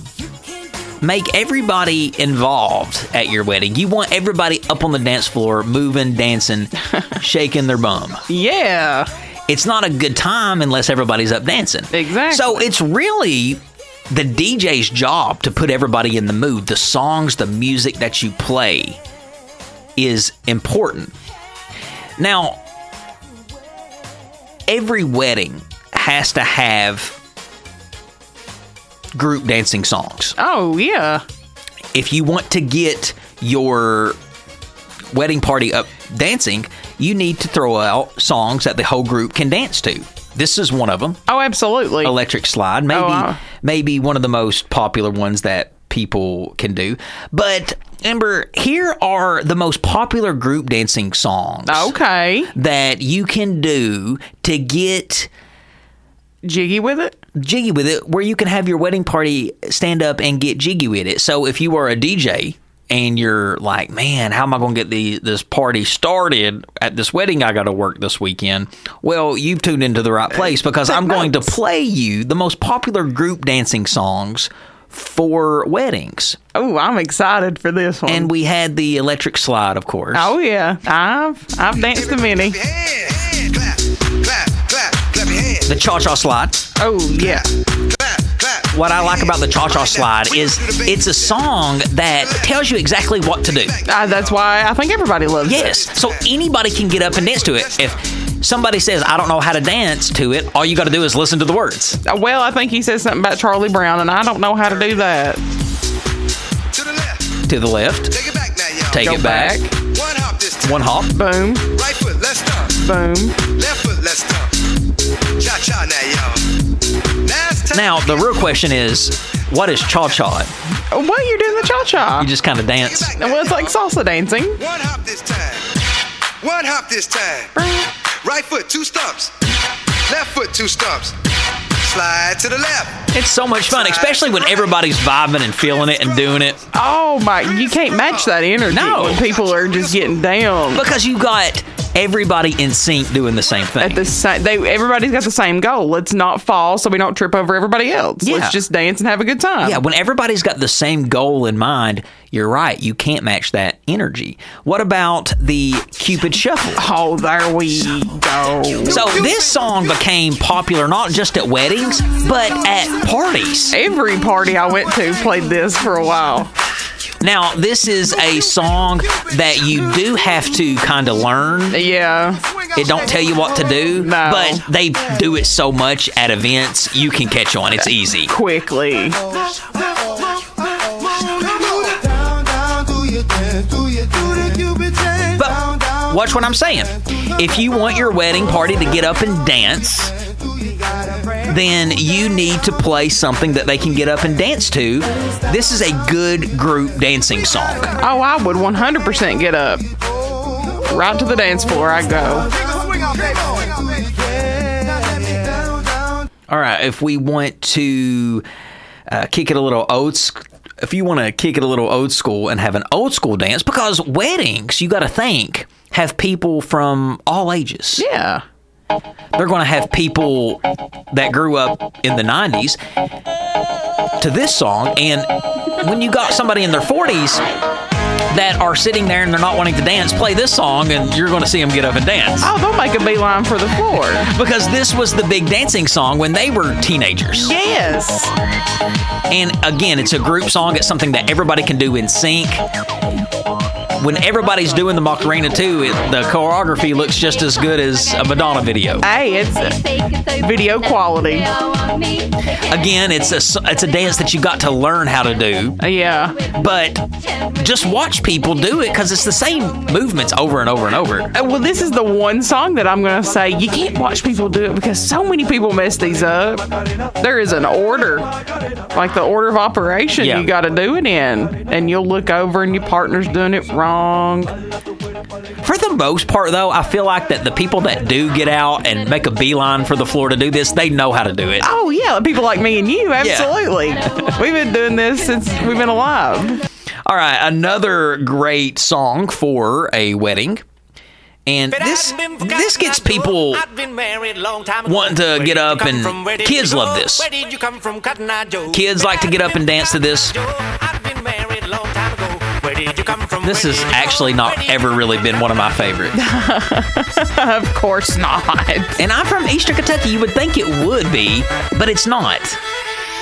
Speaker 2: make everybody involved at your wedding. You want everybody up on the dance floor, moving, dancing, shaking their bum.
Speaker 3: Yeah,
Speaker 2: It's not a good time unless everybody's up dancing.
Speaker 3: Exactly.
Speaker 2: So, it's really the DJ's job to put everybody in the mood. The songs, the music that you play is important. Now, every wedding has to have group dancing songs.
Speaker 3: oh yeah,
Speaker 2: If you want to get your wedding party up dancing, you need to throw out songs that the whole group can dance to. This is one of them,
Speaker 3: oh absolutely.
Speaker 2: Electric Slide. Maybe
Speaker 3: Oh, wow.
Speaker 2: maybe one of the most popular ones that people can do. But Amber, here are the most popular group dancing songs
Speaker 3: Oh, okay,
Speaker 2: that you can do to get
Speaker 3: jiggy with it.
Speaker 2: jiggy with it where you can have your wedding party stand up and get jiggy with it. So if you are a DJ, and you're like, man, how am I going to get the, this party started at this wedding I got to work this weekend? Well, you've tuned into the right place because I'm going to play you the most popular group dancing songs for weddings.
Speaker 3: Oh, I'm excited for this one.
Speaker 2: And we had the electric slide, of course.
Speaker 3: oh yeah, I've I've danced to many.
Speaker 2: The cha cha slide.
Speaker 3: Oh yeah,
Speaker 2: What I like about the cha cha slide is it's a song that tells you exactly what to do.
Speaker 3: Uh, that's why I think everybody loves it.
Speaker 2: Yes. So anybody can get up and dance to it. If somebody says, I don't know how to dance to it, all you got to do is listen to the words.
Speaker 3: Uh, Well, I think he said something about Charlie Brown, and I don't know how to do that.
Speaker 2: To the left, take
Speaker 3: Go
Speaker 2: it back.
Speaker 3: back.
Speaker 8: One hop this time.
Speaker 2: One hop.
Speaker 3: Boom,
Speaker 8: Right foot, let's stomp.
Speaker 3: boom.
Speaker 8: Left foot, let's stomp. Cha cha now, y'all. Now it's time.
Speaker 2: Now, the real question is, what is cha cha?
Speaker 3: Uh, What you're doing the cha cha?
Speaker 2: You just kind of
Speaker 8: Take it
Speaker 2: dance.
Speaker 8: back now,
Speaker 3: Well, it's like
Speaker 8: y'all.
Speaker 3: salsa dancing.
Speaker 8: One hop this time. One hop this time. Right foot, two stumps. Left foot, two stumps. Slide to the left.
Speaker 2: It's so much fun, especially when everybody's vibing and feeling it and doing it.
Speaker 3: Oh my, you can't match that energy
Speaker 2: No.
Speaker 3: when people are just getting down.
Speaker 2: Because you got everybody in sync doing the same
Speaker 3: At
Speaker 2: thing.
Speaker 3: the same, they everybody's got the same goal. Let's not fall so we don't trip over everybody else.
Speaker 2: Yeah.
Speaker 3: Let's just dance and have a good time.
Speaker 2: Yeah, when everybody's got the same goal in mind, you're right. You can't match that energy. What about the Cupid Shuffle?
Speaker 3: Oh, there we go.
Speaker 2: So this song became popular not just at weddings, but at parties.
Speaker 3: Every party I went to played this for a while.
Speaker 2: Now, this is a song that you do have to kind of learn.
Speaker 3: Yeah.
Speaker 2: It don't tell you what to do,
Speaker 3: No.
Speaker 2: but they do it so much at events, you can catch on. It's easy.
Speaker 3: Quickly.
Speaker 2: But watch what I'm saying. If you want your wedding party to get up and dance, then you need to play something that they can get up and dance to. This is a good group dancing song.
Speaker 3: Oh, I would 100% get up. Right to the dance floor I go.
Speaker 2: All right, if we want to uh, kick it a little old, sc- if you want to kick it a little old school and have an old school dance, because weddings, you got to think, have people from all ages.
Speaker 3: Yeah.
Speaker 2: They're going to have people that grew up in the '90s to this song, and when you got somebody in their 40s that are sitting there and they're not wanting to dance, play this song, and you're going to see them get up and dance
Speaker 3: Oh, they'll make a beeline for the floor.
Speaker 2: because this was the big dancing song when they were teenagers.
Speaker 3: Yes.
Speaker 2: And again, it's a group song. It's something that everybody can do in sync. When everybody's doing the Macarena too, it, the choreography looks just as good as a Madonna video.
Speaker 3: Hey, it's video quality.
Speaker 2: Again, it's a s- it's a dance that you got to learn how to do,
Speaker 3: Yeah.
Speaker 2: but just watch people do it because it's the same movements over and over and over.
Speaker 3: Uh, Well, this is the one song that I'm going to say you can't watch people do it because so many people mess these up. There is an order, like the order of operation
Speaker 2: Yeah.
Speaker 3: you got to do it in. And you'll look over and your partner's doing it wrong.
Speaker 2: For the most part, though, I feel like that the people that do get out and make a beeline for the floor to do this, they know how to do it.
Speaker 3: Oh, yeah. People like me and you, absolutely. We've been doing this since we've been alive.
Speaker 2: All right, another great song for a wedding. And this this gets people wanting to get up and- kids love this.
Speaker 9: Where did you come from, Cotton Eye Joe?
Speaker 2: Kids like to get up and dance to this.
Speaker 9: I've been married a long time ago. Where did you come from?
Speaker 2: this
Speaker 9: Where
Speaker 2: has
Speaker 9: did you
Speaker 2: actually
Speaker 9: go?
Speaker 2: not
Speaker 9: Where did you
Speaker 2: ever
Speaker 9: come
Speaker 2: really
Speaker 9: from?
Speaker 2: been one of my favorites.
Speaker 3: Of course not.
Speaker 2: And I'm from Eastern Kentucky. You would think it would be, but it's not.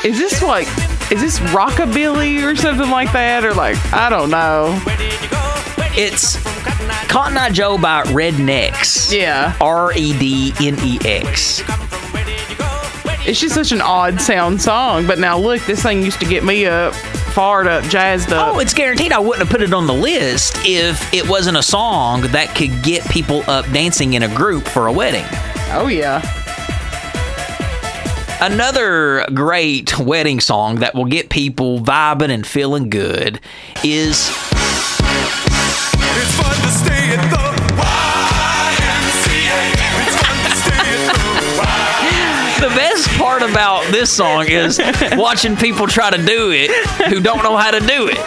Speaker 3: Is this like, is this rockabilly or something like that? Or like, I don't know.
Speaker 9: Where did you go? Where did you
Speaker 2: It's
Speaker 9: come from, Cotton Eye Joe?
Speaker 2: Cotton Eye Joe by Rednecks.
Speaker 3: Yeah.
Speaker 2: R E D N E X.
Speaker 9: Come from where did you go? Where did
Speaker 3: It's just such an odd sound song. But now look, this thing used to get me up, fired up, jazzed up.
Speaker 2: Oh, it's guaranteed I wouldn't have put it on the list if it wasn't a song that could get people up dancing in a group for a wedding.
Speaker 3: Oh, yeah.
Speaker 2: Another great wedding song that will get people vibing and feeling good is
Speaker 4: It's fun to stay at the YMCA. It's fun to stay at the
Speaker 2: the best part about about this song is watching people try to do it who don't know how to do it.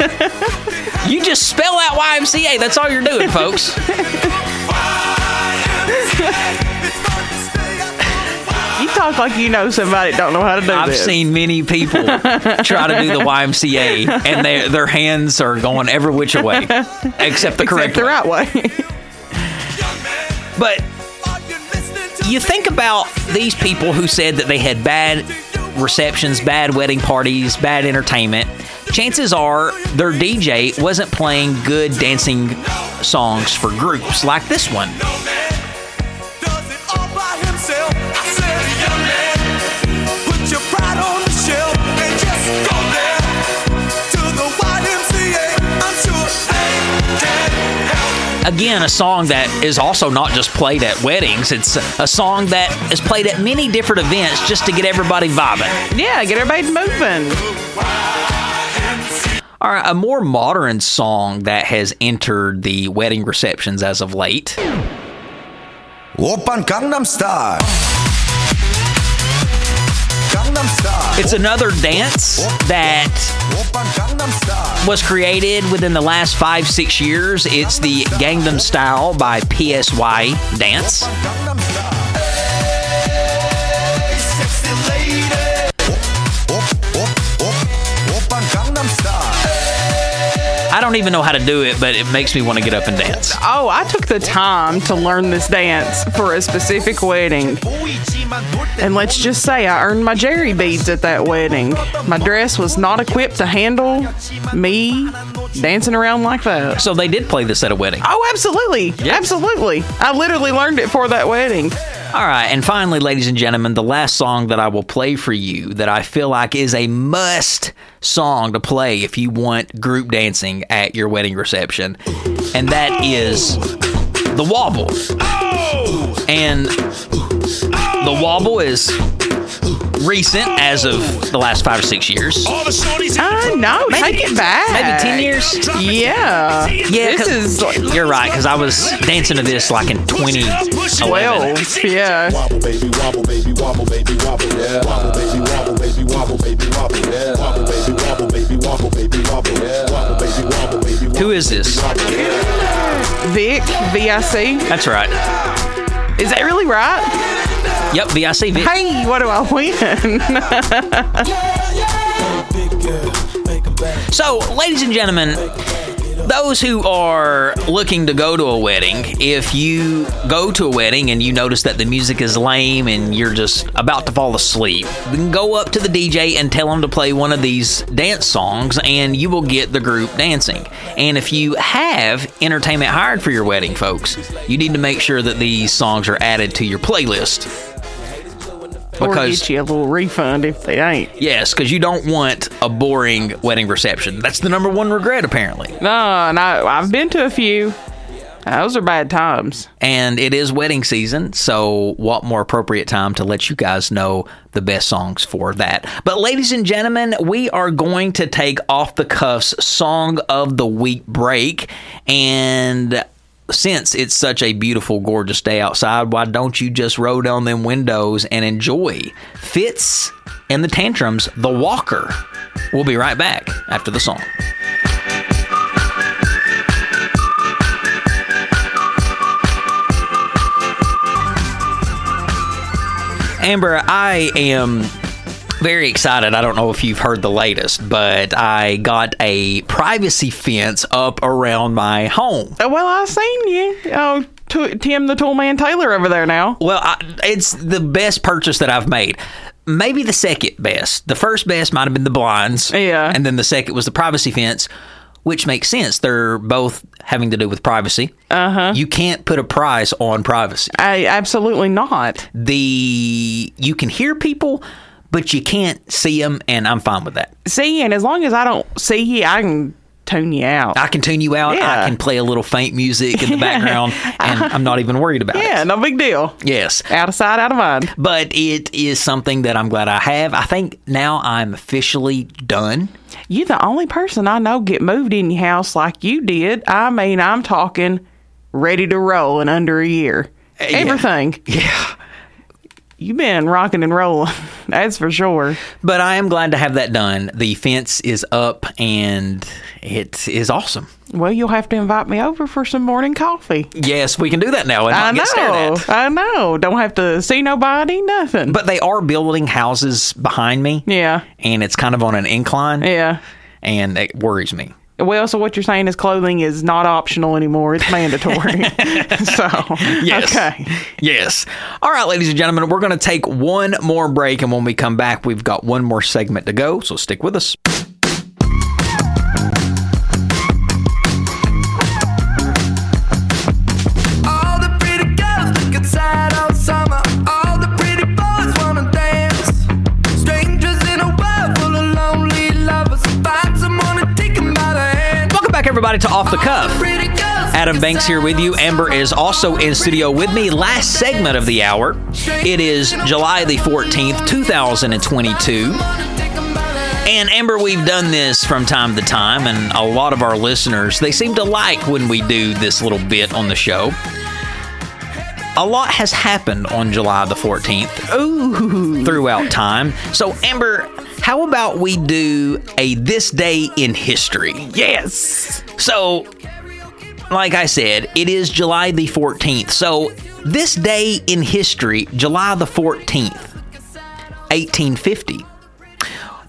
Speaker 2: You just spell out YMCA. That's all you're doing, folks.
Speaker 3: You talk like you know somebody that don't know how to do
Speaker 2: I've
Speaker 3: this.
Speaker 2: seen many people try to do the YMCA and their their hands are going every which way except the
Speaker 3: Except
Speaker 2: correct
Speaker 3: the
Speaker 2: way.
Speaker 3: right way.
Speaker 2: But you think about these people who said that they had bad receptions, bad wedding parties, bad entertainment. Chances are their DJ wasn't playing good dancing songs for groups like this one. Again, a song that is also not just played at weddings, it's a song that is played at many different events just to get everybody vibing.
Speaker 3: Yeah, get everybody moving.
Speaker 2: All right, a more modern song that has entered the wedding receptions as of late.
Speaker 5: 오빤 강남 스타일. 강남 스타일.
Speaker 2: It's another dance that
Speaker 5: 오빤 강남 스타일.
Speaker 2: was created within the last five, six years. It's the Gangnam Style by PSY dance.
Speaker 5: 강남 스타일. 에이, sexy lady. 오, 오, 오, 오, 오빤 강남 스타일.
Speaker 2: I don't even know how to do it, but it makes me want to get up and dance.
Speaker 3: Oh, I took the time to learn this dance for a specific wedding. And let's just say I earned my jerry beads at that wedding. My dress was not equipped to handle me dancing around like that.
Speaker 2: So they did play this at a wedding.
Speaker 3: Oh, absolutely. Absolutely. I literally learned it for that wedding.
Speaker 2: All right, and finally, ladies and gentlemen, the last song that I will play for you that I feel like is a must song to play if you want group dancing at your wedding reception, and that is The Wobble. And The Wobble is recent as of the last five or six years.
Speaker 3: I know.
Speaker 2: Maybe-
Speaker 3: Take Uh, it back.
Speaker 2: Maybe 10 years?
Speaker 3: Yeah.
Speaker 2: Yeah,
Speaker 3: This
Speaker 2: 'cause-
Speaker 3: is like
Speaker 2: You're right, because I was dancing to this like in 2011.
Speaker 3: 12. Yeah.
Speaker 10: Wobble baby, wobble baby, wobble baby, wobble. Yeah. Wobble baby, wobble baby, wobble baby, wobble. Yeah. Wobble baby, wobble baby, wobble baby, wobble. Yeah. Wobble baby, wobble baby, wobble.
Speaker 2: Who is this?
Speaker 3: Vic, VIC.
Speaker 2: That's right.
Speaker 3: Is that really right?
Speaker 2: Yep, VIC Vic.
Speaker 3: Hey, what do I win?
Speaker 2: So, ladies and gentlemen, those who are looking to go to a wedding, if you go to a wedding and you notice that the music is lame and you're just about to fall asleep, then go up to the DJ and tell him to play one of these dance songs and you will get the group dancing. And if you have entertainment hired for your wedding, folks, you need to make sure that these songs are added to your playlist.
Speaker 3: or
Speaker 2: Because
Speaker 3: get you a little refund if they ain't.
Speaker 2: Yes, because you don't want a boring wedding reception. That's the number one regret, apparently.
Speaker 3: No, no, I've been to a few. Those are bad times.
Speaker 2: And it is wedding season, so what more appropriate time to let you guys know the best songs for that? But, ladies and gentlemen, we are going to take off the cuffs song of the week break. And since it's such a beautiful, gorgeous day outside, why don't you just roll down them windows and enjoy Fitz and the Tantrums, The Walker? We'll be right back after the song. Amber, I am very excited. I don't know if you've heard the latest, but I got a privacy fence up around my home.
Speaker 3: Oh, well, I seen you. Oh, t- Tim the Tool Man Taylor over there now.
Speaker 2: Well, I, it's the best purchase that I've made. Maybe the second best. The first best might have been the blinds.
Speaker 3: Yeah.
Speaker 2: And then the second was the privacy fence, which makes sense. They're both having to do with privacy. Uh huh. You can't put a price on privacy.
Speaker 3: I absolutely not.
Speaker 2: The you can hear people, but you can't see them, and I'm fine with that.
Speaker 3: See, and as long as I don't see you, I can tune you out.
Speaker 2: I can tune you out. I
Speaker 3: Yeah. Uh-huh.
Speaker 2: can play a little faint music in the background, and I'm not even worried about
Speaker 3: yeah,
Speaker 2: it.
Speaker 3: no big deal.
Speaker 2: Yes.
Speaker 3: Out of sight, out of mind.
Speaker 2: But it is something that I'm glad I have. I think now I'm officially done.
Speaker 3: You're the only person I know get moved in your house like you did. I mean, I'm talking ready to roll in under a year.
Speaker 2: yeah.
Speaker 3: Everything. Yeah. You've been rocking and rolling. That's for sure.
Speaker 2: But I am glad to have that done. The fence is up and it is awesome.
Speaker 3: Well, you'll have to invite me over for some morning coffee.
Speaker 2: Yes, we can do that now and
Speaker 3: I
Speaker 2: not get stared
Speaker 3: know.
Speaker 2: at.
Speaker 3: I know. Don't have to see nobody, nothing.
Speaker 2: But they are building houses behind me.
Speaker 3: yeah.
Speaker 2: And it's kind of on an incline.
Speaker 3: Yeah.
Speaker 2: And it worries me.
Speaker 3: Well, so what you're saying is clothing is not optional anymore. It's mandatory. so,
Speaker 2: Yes.
Speaker 3: okay.
Speaker 2: Yes. All right, ladies and gentlemen, we're going to take one more break. And when we come back, we've got one more segment to go. So stick with us.
Speaker 6: All the pretty girls look outside all summer. All the pretty boys wanna dance. Strangers in a world full of lonely lovers. Find someone to take 'em by the hand.
Speaker 2: Welcome back, everybody, to Off the Cuff.
Speaker 6: Pretty girls
Speaker 2: Adam Banks here with you. Amber is also in studio with me. Last segment of the hour. It is July the 14th, 2022.
Speaker 6: wanna take 'em by the hand.
Speaker 2: And Amber, we've done this from time to time, and a lot of our listeners, they seem to like when we do this little bit on the show. A lot has happened on July the 14th throughout time. So, Amber, how about we do a This Day in History?
Speaker 3: Yes.
Speaker 2: So, like I said, it is July the 14th. So, this day in history, July the 14th, 1850,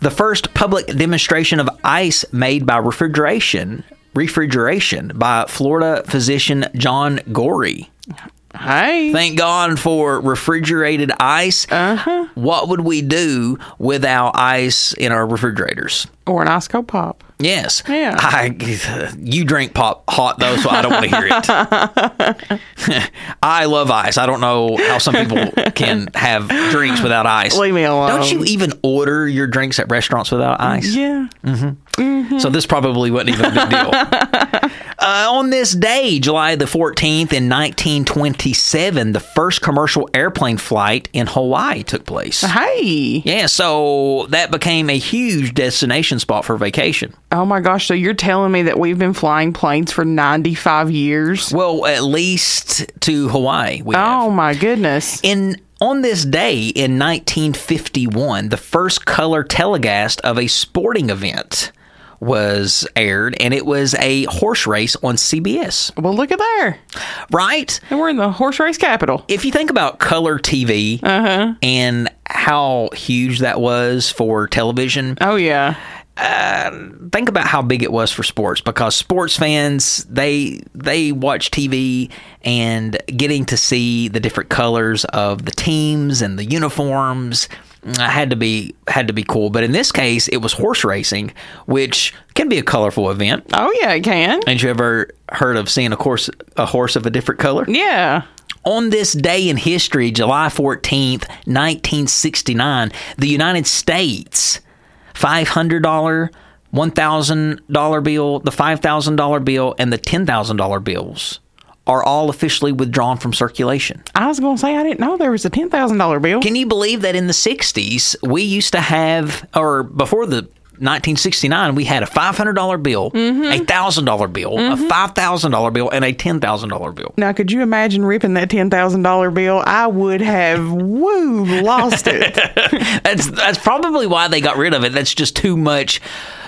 Speaker 2: the first public demonstration of ice made by refrigeration, refrigeration by Florida physician John Gorey.
Speaker 3: Hey.
Speaker 2: Thank God for refrigerated ice. Uh-huh. What would we do without ice in our refrigerators?
Speaker 3: or an ice cold pop.
Speaker 2: Yes.
Speaker 3: Yeah.
Speaker 2: I, you drink pop hot though, so I don't want to hear it. I love ice. I don't know how some people can have drinks without ice.
Speaker 3: Leave me alone.
Speaker 2: Don't you even order your drinks at restaurants without ice?
Speaker 3: Yeah.
Speaker 2: So this probably wasn't even a big deal. uh, on this day, July the 14th in 1927, the first commercial airplane flight in Hawaii took place.
Speaker 3: Uh-huh. Hey.
Speaker 2: Yeah, so that became a huge destination spot for vacation.
Speaker 3: Oh my gosh. So you're telling me that we've been flying planes for 95 years?
Speaker 2: Well, at least to Hawaii. We
Speaker 3: Oh
Speaker 2: have.
Speaker 3: my goodness.
Speaker 2: In on this day in 1951, the first color telecast of a sporting event was aired, and it was a horse race on CBS.
Speaker 3: Well, look at there.
Speaker 2: Right?
Speaker 3: And we're in the horse race capital.
Speaker 2: If you think about color TV and how huge that was for television,
Speaker 3: Oh, yeah.
Speaker 2: think about how big it was for sports because sports fans they they watch TV and getting to see the different colors of the teams and the uniforms mm, had to be had to be cool. But in this case, it was horse racing, which can be a colorful event.
Speaker 3: Oh, yeah, it can.
Speaker 2: Ain't you ever heard of seeing a horse a horse of a different color?
Speaker 3: Yeah.
Speaker 2: On this day in history, July 14th, 1969, the United States $500, $1,000 bill, the $5,000 bill, and the $10,000 bills are all officially withdrawn from circulation.
Speaker 3: I was going to say, I didn't know there was a $10,000 bill.
Speaker 2: Can you believe that in the 60s, we used to have, or before the 1969, we had a $500 bill, a $1,000 bill, a $5,000 bill, and a $10,000 bill.
Speaker 3: now, could you imagine ripping that $10,000 bill? I would have, woo, lost it.
Speaker 2: That's that's probably why they got rid of it. That's just too much.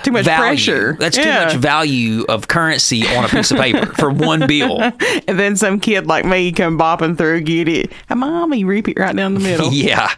Speaker 3: Too much
Speaker 2: value.
Speaker 3: pressure.
Speaker 2: That's
Speaker 3: Yeah.
Speaker 2: too much value of currency on a piece of paper for one bill.
Speaker 3: and then some kid like me come bopping through, get it. And mommy, reap it right down the middle.
Speaker 2: Yeah.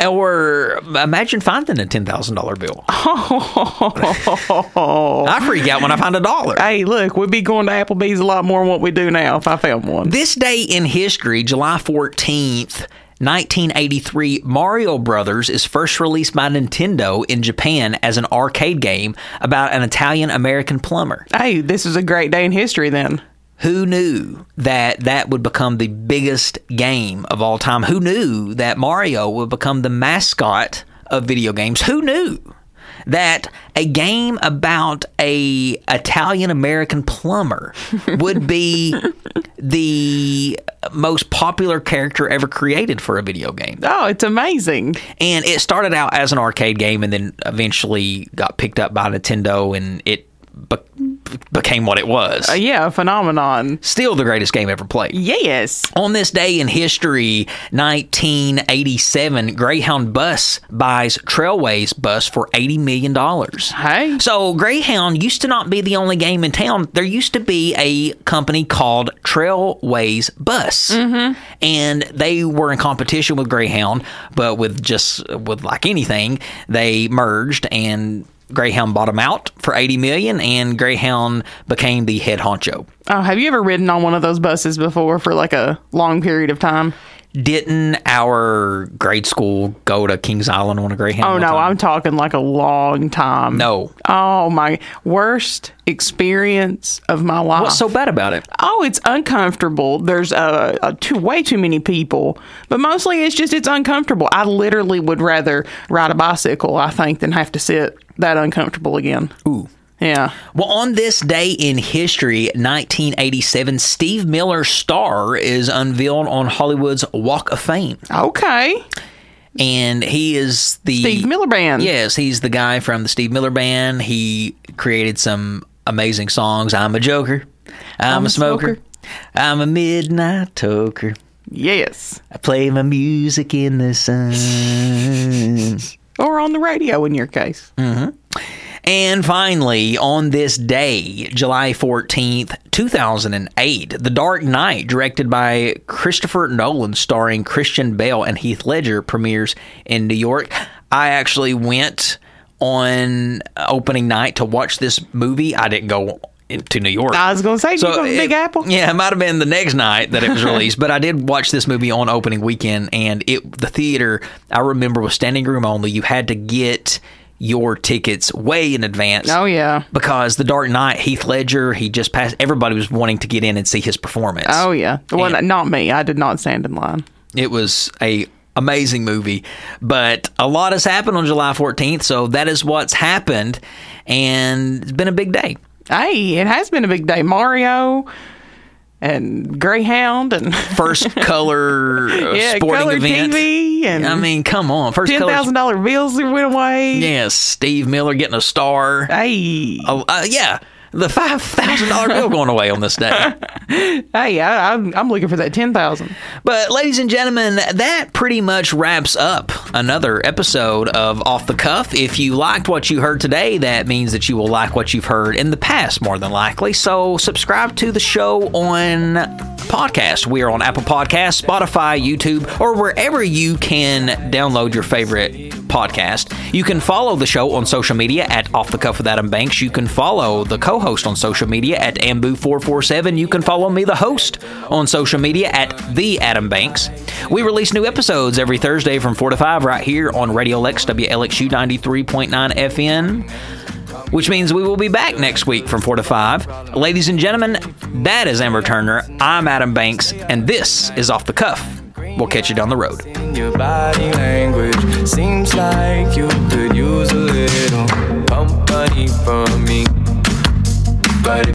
Speaker 2: Or imagine finding a ten thousand dollar bill.
Speaker 3: Oh.
Speaker 2: I freak out when I find a dollar.
Speaker 3: Hey, look, we'd be going to Applebee's a lot more than what we do now if I found one.
Speaker 2: This day in history, July 14th, 1983, Mario Brothers is first released by Nintendo in Japan as an arcade game about an Italian American plumber.
Speaker 3: hey, this is a great day in history then.
Speaker 2: Who knew that that would become the biggest game of all time? Who knew that Mario would become the mascot of video games? Who knew that a game about a Italian American plumber would be the most popular character ever created for a video game?
Speaker 3: Oh, it's amazing.
Speaker 2: And it started out as an arcade game and then eventually got picked up by Nintendo and it be- became what it was.
Speaker 3: Uh, yeah, a phenomenon.
Speaker 2: Still the greatest game ever played.
Speaker 3: Yes.
Speaker 2: On this day in history, 1987, Greyhound Bus buys Trailways Bus for $80 million.
Speaker 3: Hey.
Speaker 2: So Greyhound used to not be the only game in town. There used to be a company called Trailways Bus, mm-hmm. and they were in competition with Greyhound, but with just with like anything, they merged and Greyhound bought them out for eighty million, and Greyhound became the head honcho.
Speaker 3: Oh, have you ever ridden on one of those buses before for like a long period of time?
Speaker 2: Didn't our grade school go to Kings Island on a Greyhound?
Speaker 3: Oh
Speaker 2: one
Speaker 3: no,
Speaker 2: time?
Speaker 3: I'm talking like a long time.
Speaker 2: no.
Speaker 3: Oh my worst experience of my life.
Speaker 2: What's so bad about it?
Speaker 3: Oh, it's uncomfortable. There's uh, uh, too way too many people, but mostly it's just it's uncomfortable. I literally would rather ride a bicycle, I think, than have to sit that uncomfortable again.
Speaker 2: Ooh.
Speaker 3: Yeah.
Speaker 2: Well, on this day in history, 1987, Steve Miller's star is unveiled on Hollywood's Walk of Fame,
Speaker 3: Okay.
Speaker 2: and he is the
Speaker 3: Steve Miller Band.
Speaker 2: Yes, he's the guy from the Steve Miller Band. He created some amazing songs. I'm a joker. I'm, a smoker.
Speaker 3: smoker.
Speaker 2: I'm a midnight toker.
Speaker 3: Yes.
Speaker 2: I play my music in the sun.
Speaker 3: Or on the radio in your case.
Speaker 2: Mm. And finally, on this day, July 14th, 2008, The Dark Knight, directed by Christopher Nolan, starring Christian Bale and Heath Ledger, premieres in New York. I actually went on opening night to watch this movie. I didn't go to New York.
Speaker 3: I was gonna say, did you go to Big
Speaker 2: it-
Speaker 3: Apple?
Speaker 2: Yeah, it might have been the next night that it was released, but I did watch this movie on opening weekend, and it the theater I remember was standing room only. You had to get your tickets way in advance.
Speaker 3: Oh yeah.
Speaker 2: because The Dark Knight, Heath Ledger, he just passed. Everybody was wanting to get in and see his performance.
Speaker 3: Oh yeah. Well, not me. I did not stand in line.
Speaker 2: It was a amazing movie, but a lot has happened on July 14th, so that is what's happened, and it's been a big day.
Speaker 3: Hey, it has been a big day. Mario and Greyhound and
Speaker 2: First color uh,
Speaker 3: yeah,
Speaker 2: sporting
Speaker 3: color
Speaker 2: event.
Speaker 3: TV and
Speaker 2: I mean, come on. First
Speaker 3: ten
Speaker 2: color-
Speaker 3: thousand dollar bills that went away.
Speaker 2: Yes, Steve Miller getting a star.
Speaker 3: Hey,
Speaker 2: Oh, uh, yeah, the five thousand dollar bill going away on this day.
Speaker 3: hey, I, I'm I'm looking for that ten thousand.
Speaker 2: But, ladies and gentlemen, that pretty much wraps up another episode of Off the Cuff. If you liked what you heard today, that means that you will like what you've heard in the past, more than likely. So, subscribe to the show on podcast. We are on Apple Podcasts, Spotify, YouTube, or wherever you can download your favorite podcast. You can follow the show on social media at Off the Cuff with Adam Banks. You can follow the co host on social media at Ambu447. You can follow me, the host, on social media at The Adam Banks. We release new episodes every Thursday from 4 to 5 right here on Radio Lex WLXU 93.9 FN. Which means we will be back next week from 4 to 5. Ladies and gentlemen, that is Amber Turner. I'm Adam Banks, and this is Off the Cuff. We'll catch you down the road.
Speaker 7: in your body language. Seems like you could use a little company from me. But